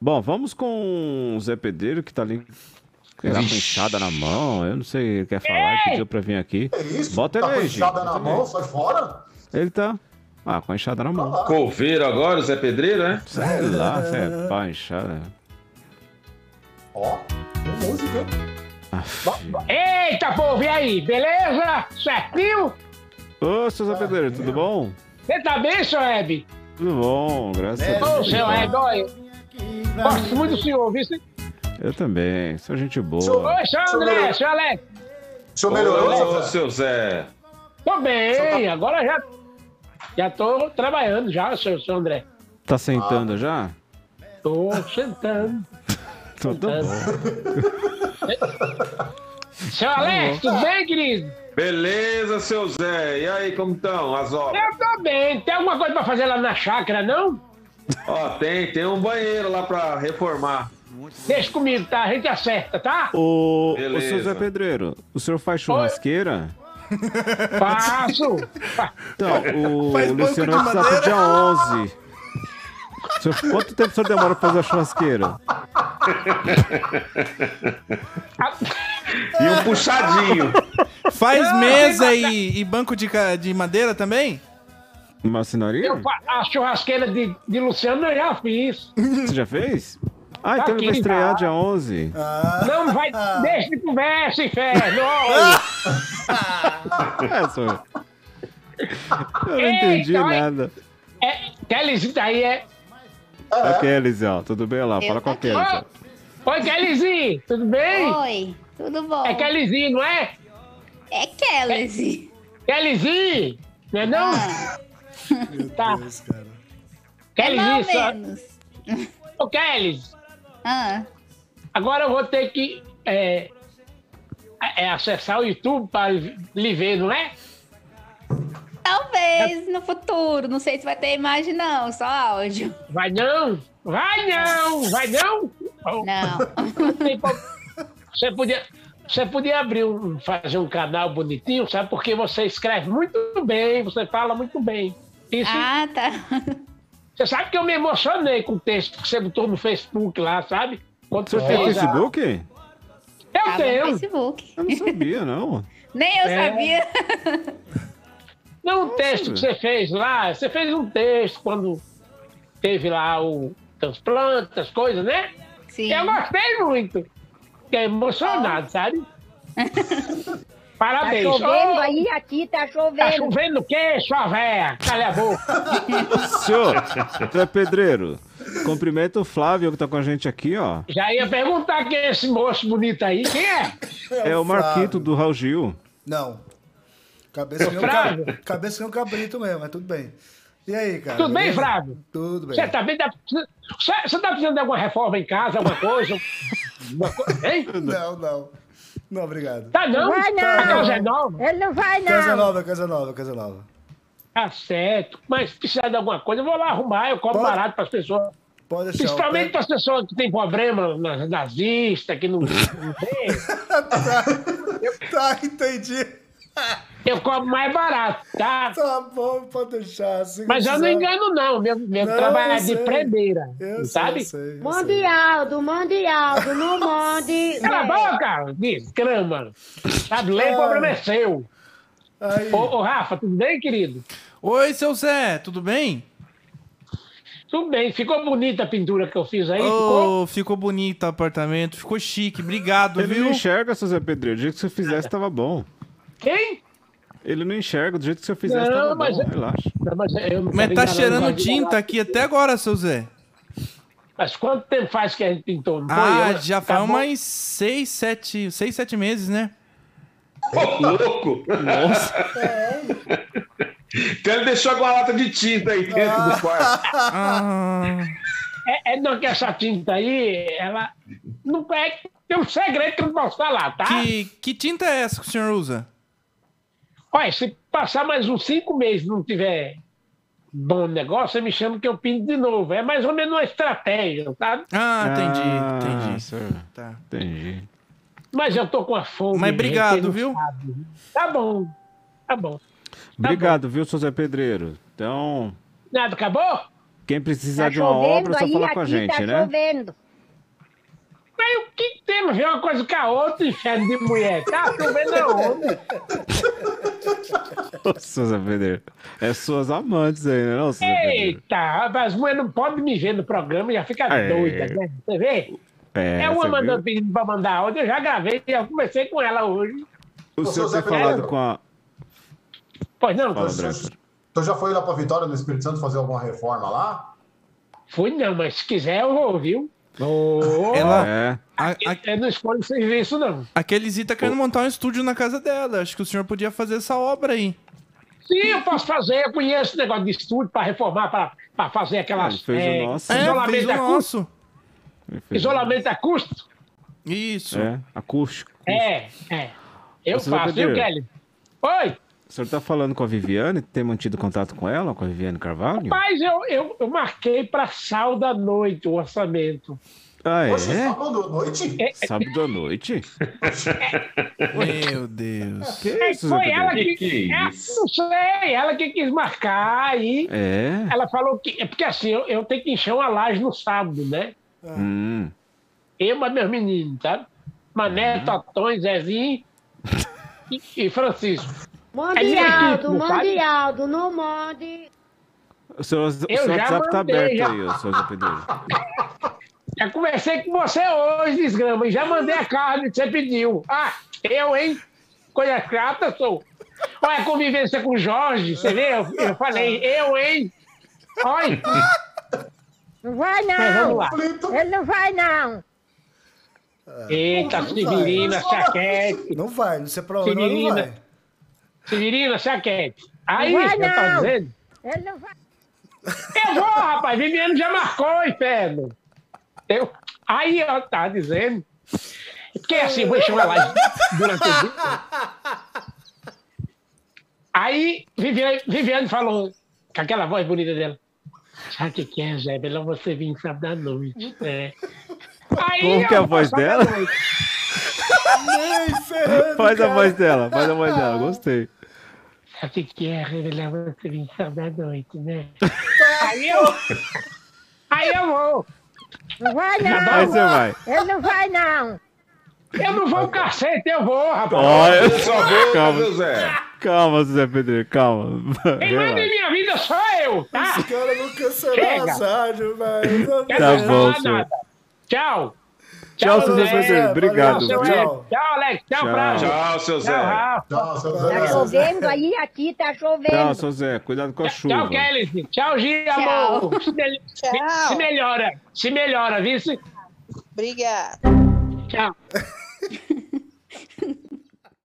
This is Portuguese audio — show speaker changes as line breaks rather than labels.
Bom, vamos com o Zé Pedreiro, que tá ali com a enxada na mão. Eu não sei, ele quer falar, ele pediu pra vir aqui.
É isso?
Bota ele
tá com a
aí,
enxada
gente,
na
bota
mão, sai fora?
Ele tá. Ah, com a enxada na mão.
Coveiro agora, o Zé Pedreiro, né?
Sei lá, você é pá, enxada.
Ó, tem um música, hein?
Aff.
Eita, povo, e aí? Beleza? Certinho?
Ô, seu Zé Pedreiro, tudo bom?
Você tá bem, seu Hebe?
Tudo bom, graças a
Ô,
Deus.
seu Hebe, olha. Gosto muito do senhor, viu? Oi,
Eu também, sou gente boa.
seu André, seu Alex.
O senhor melhorou, Zé?
Ô, ô, seu Zé.
Tô bem, agora já... Já tô trabalhando já, seu, seu André.
Tá sentando já?
Tô sentando.
Então tá bom.
Seu Alex, tudo bem, querido?
Beleza, seu Zé. E aí, como estão as obras?
Eu tô bem. Tem alguma coisa pra fazer lá na chácara, não?
Ó, tem, tem um banheiro lá pra reformar.
Deixa comigo, tá? A gente acerta, tá?
Ô, ô,
Beleza.
seu Zé Pedreiro, o senhor faz churrasqueira?
Passo.
Então, o
Faz banco
Luciano
de
vai precisar pro
madeira.
dia 11. O senhor- Quanto tempo o senhor demora pra fazer a churrasqueira?
E um puxadinho.
Faz mesa e, e banco de, ca- de madeira também?
Uma sinaria?
Eu fa- a churrasqueira de, de Luciano eu já fiz.
Você já fez? Ah, então ele vai
aqui,
estrear
tá.
dia 11.
Não não vai. Deixa de conversa, inferno. Olha.
É, senhor. Eu não
Ei,
entendi
então é-
nada.
É, Kellyzinho aí é.
É a Kelly's, ó. Tudo bem lá? Fala
Eu
com a
tô-
Kelly's, ó.
Ô, Oi, Kellyzinho, tudo bem?
Oi, tudo bom?
É Kellyzinho, não é?
É Kelly.
Kellyzinho, não é não? tá.
Deus, cara.
Kellyzinho,
Mais ou
só.
menos.
Ô, Kelly,
Ah,
agora eu vou ter que é, é, acessar o YouTube para lhe ver, não é?
talvez no futuro. Não sei se vai ter imagem, não, só áudio.
Vai não? Vai não! Vai não? Ô,
Não.
tem pro- Você podia, você podia abrir um, fazer um canal bonitinho, sabe? Porque você escreve muito bem, você fala muito bem. Isso,
ah, tá.
Você sabe que eu me emocionei com o texto que você botou no Facebook lá, sabe? Quando
O senhor
você
tem
fez a-
Facebook?
Eu
Tava no
tenho.
Ah, Facebook.
Eu não sabia, não.
Nem eu
É.
sabia.
Não, um texto que
velho.
você fez lá. Você fez um texto quando teve lá o transplante, as coisas, né?
Sim.
Eu gostei muito. Fiquei emocionado, sabe?
Tá
Parabéns.
Tá
chovendo
Ô,
aí, aqui tá
Tá
chovendo.
chovendo o quê, sua véia? Cala a boca.
Senhor, Zé Pedreiro, cumprimenta o Flávio que tá com a gente aqui, ó.
Já ia perguntar quem é esse moço bonito aí. Quem é?
É o Marquito do Raul Gil.
Não. Cabeça que nem um
Frávio.
ca- cabeça que nem um cabrito mesmo, mas tudo bem. E aí, cara?
Tudo bem,
beleza?
Flávio?
Tudo bem.
Você tá bem? Tá... Você, você tá precisando de alguma reforma em casa, alguma coisa? Uma co- Hein?
Não, não. Não, obrigado.
Tá não?
Vai não.
A casa é nova?
Ele não vai,
Casa
não.
nova, casa nova, casa nova.
Tá certo. Mas se precisar de alguma coisa, eu vou lá arrumar, eu cobro
Pode.
barato para as pessoas.
Pode deixar.
Principalmente para as pessoas que têm problema na- nas vistas, que não, não tem.
Tá, entendi.
Eu cobro mais barato, tá?
Tá bom, pode deixar. se
Mas eu não
precisar.
engano, não. Meu, meu
Não,
trabalho é
eu
de
sei.
predeira,
Eu
sabe?
sei, eu sei, eu sei.
Mundialdo, Mundialdo, não mande.
Cala a boca, desgrama. Sabe, lei, o problema é seu.
Aí,
Ô, ô, Rafa, tudo bem, querido?
Oi, seu Zé, tudo bem?
Tudo bem. Ficou bonita a pintura que eu fiz aí? Ficou?
Ô, ficou bonito o apartamento, ficou chique, obrigado,
Ele
viu?
não enxerga, seu Zé Pedreiro. Do jeito que você fizesse, tava bom.
Hein?
Ele não enxerga, do jeito que você fizesse,
Não,
tava
mas
bom.
é-
Relaxa.
Não, mas eu não
Mas
tô
tá
enganando,
cheirando
mas-
tinta aqui até agora, seu Zé.
Mas quanto tempo faz que a gente pintou? Não foi
Ah,
eu?
já faz
Acabou?
umas seis, sete, seis, sete meses, né?
Ô, louco. Então ele deixou alguma lata de tinta aí dentro do quarto.
Ah,
É, é não que essa tinta aí, ela. Não é, tem um segredo que eu não posso falar, tá?
que, que tinta é essa que o senhor usa?
Olha, se passar mais uns cinco meses e não tiver bom negócio, você me chama que eu pinto de novo. É mais ou menos uma estratégia, tá?
Ah, entendi,
Ah,
entendi.
senhor,
Tá.
entendi.
Mas eu tô com a fome.
Mas
gente,
obrigado,
quem não
viu?
sabe. Tá bom, tá bom.
Obrigado, viu, seu Zé Pedreiro. Então,
Nada, acabou?
Quem precisar
Tá
de uma obra, é só
aí,
falar com a
aqui
gente,
tá
né?
chovendo.
Mas o que tem a ver uma coisa com a outra, inferno de mulher? Tá chovendo aonde?
Ô, Suza Pedreiro. É suas amantes aí, né, não, Suza Pedreiro?
Eita, as mulheres não podem me ver no programa, já fica
É.
doida, né? Você vê? É,
você
uma
viu?
mandando pedindo pra mandar áudio, eu já gravei, já conversei com ela hoje.
O senhor
Suza
tem falado
Pedreiro.
com a.
Pois não,
Fala, André.
Então já foi lá pra Vitória, no Espírito Santo, fazer alguma reforma lá?
fui não, mas se quiser eu vou, viu? Ô,
Ela.
É.
a- a-
Eu não escolho serviço, não.
aquele Zita querendo montar um estúdio na casa dela. Acho que o senhor podia fazer essa obra aí.
Sim, eu posso fazer, eu conheço esse negócio de estúdio para reformar, para- para fazer aquelas.
Ele fez o nosso. É,
É, fez
isolamento
o
acústico.
nosso.
Isolamento acústico?
Isso.
É, acústico.
É, é. Eu
Você vai
faço, viu,
pedir?
Kelly? Oi,
O senhor tá falando com a Viviane? Tem mantido contato com ela, com a Viviane Carvalho?
mas eu, eu, eu marquei para sal da noite o orçamento.
Ah,
Poxa,
é?
sábado à noite?
Sábado à noite?
Meu Deus.
Que
É,
isso, Zé
foi ela
Pedreiro?
que.
Que que
é,
isso?
não sei, ela que quis marcar aí.
É.
Ela falou que. É porque assim, eu, eu tenho que encher uma laje no sábado, né?
Hum.
Eu e meus meninos, tá?
Uhum.
Mané, Totões, Zezinho e, e Francisco.
Mande
É
Aldo,
legítimo,
mande
sabe?
Aldo, não mande.
O seu, o seu
já
WhatsApp tá
mandei,
aberto
já.
aí, ô, seu Zé Pedreiro.
Já conversei com você hoje, desgrama, e já mandei a carne que você pediu. Ah, eu, hein? Coisa chata, sou. Olha a convivência com o Jorge, você vê? Eu, eu falei, eu, hein? Olha,
Não vai
mas vamos
não.
lá.
Conflito.
Ele não vai não.
Eita, Severina, Chaquete.
Não vai, não se prova, não, não
Menina.
vai.
Severina, Chaquete. Aí,
Vai
eu tô
não.
dizendo.
Ele não vai.
Eu vou, rapaz, Viviano já marcou, inferno. Eu, aí eu tava dizendo. Porque assim, vou chamar lá durante o dia. Aí Viviane, Viviane falou, com aquela voz bonita dela. Sabe o que, que é, Zé? Melhor você vir sábado à noite. É. Aí,
Como que é a
eu-
voz
sábado
dela?
à noite.
Nem ferrando,
Faz a
cara.
voz dela, faz a voz dela, gostei.
Sabe o que, que é, Zé? Melhor você vir sábado à noite, né? Aí eu. Aí eu vou.
Não vai
Aí
não.
você vai.
Ele não vai não.
Eu não vou, cacete, eu vou, rapaz.
Olha,
Eu só vou,
calma,
meu Zé.
calma, Zé Pedreiro, calma.
Quem manda em
Relaxa.
minha vida sou eu, tá?
Esse cara não
Chega.
cancelou as rádios, velho.
Quer
Tá
dizer,
bom,
não há
senhor.
nada. Tchau.
Tchau, seu Zé
André.
Pedreiro, obrigado. viu?
Tchau,
Zé.
Alex. Tchau, Alex. Tchau,
Tchau.
Fran. Tchau,
Tchau, seu Zé.
Rafa.
Tchau, seu
Tá
Zé.
chovendo aí, aqui tá
Tchau,
chovendo.
seu Zé, cuidado com a chuva.
Tchau, Kelly. Tchau, Gia,
Tchau.
amor. Se, mel- se-
Tchau.
se melhora. Se melhora, viu? Se-
Obrigada.
Tchau.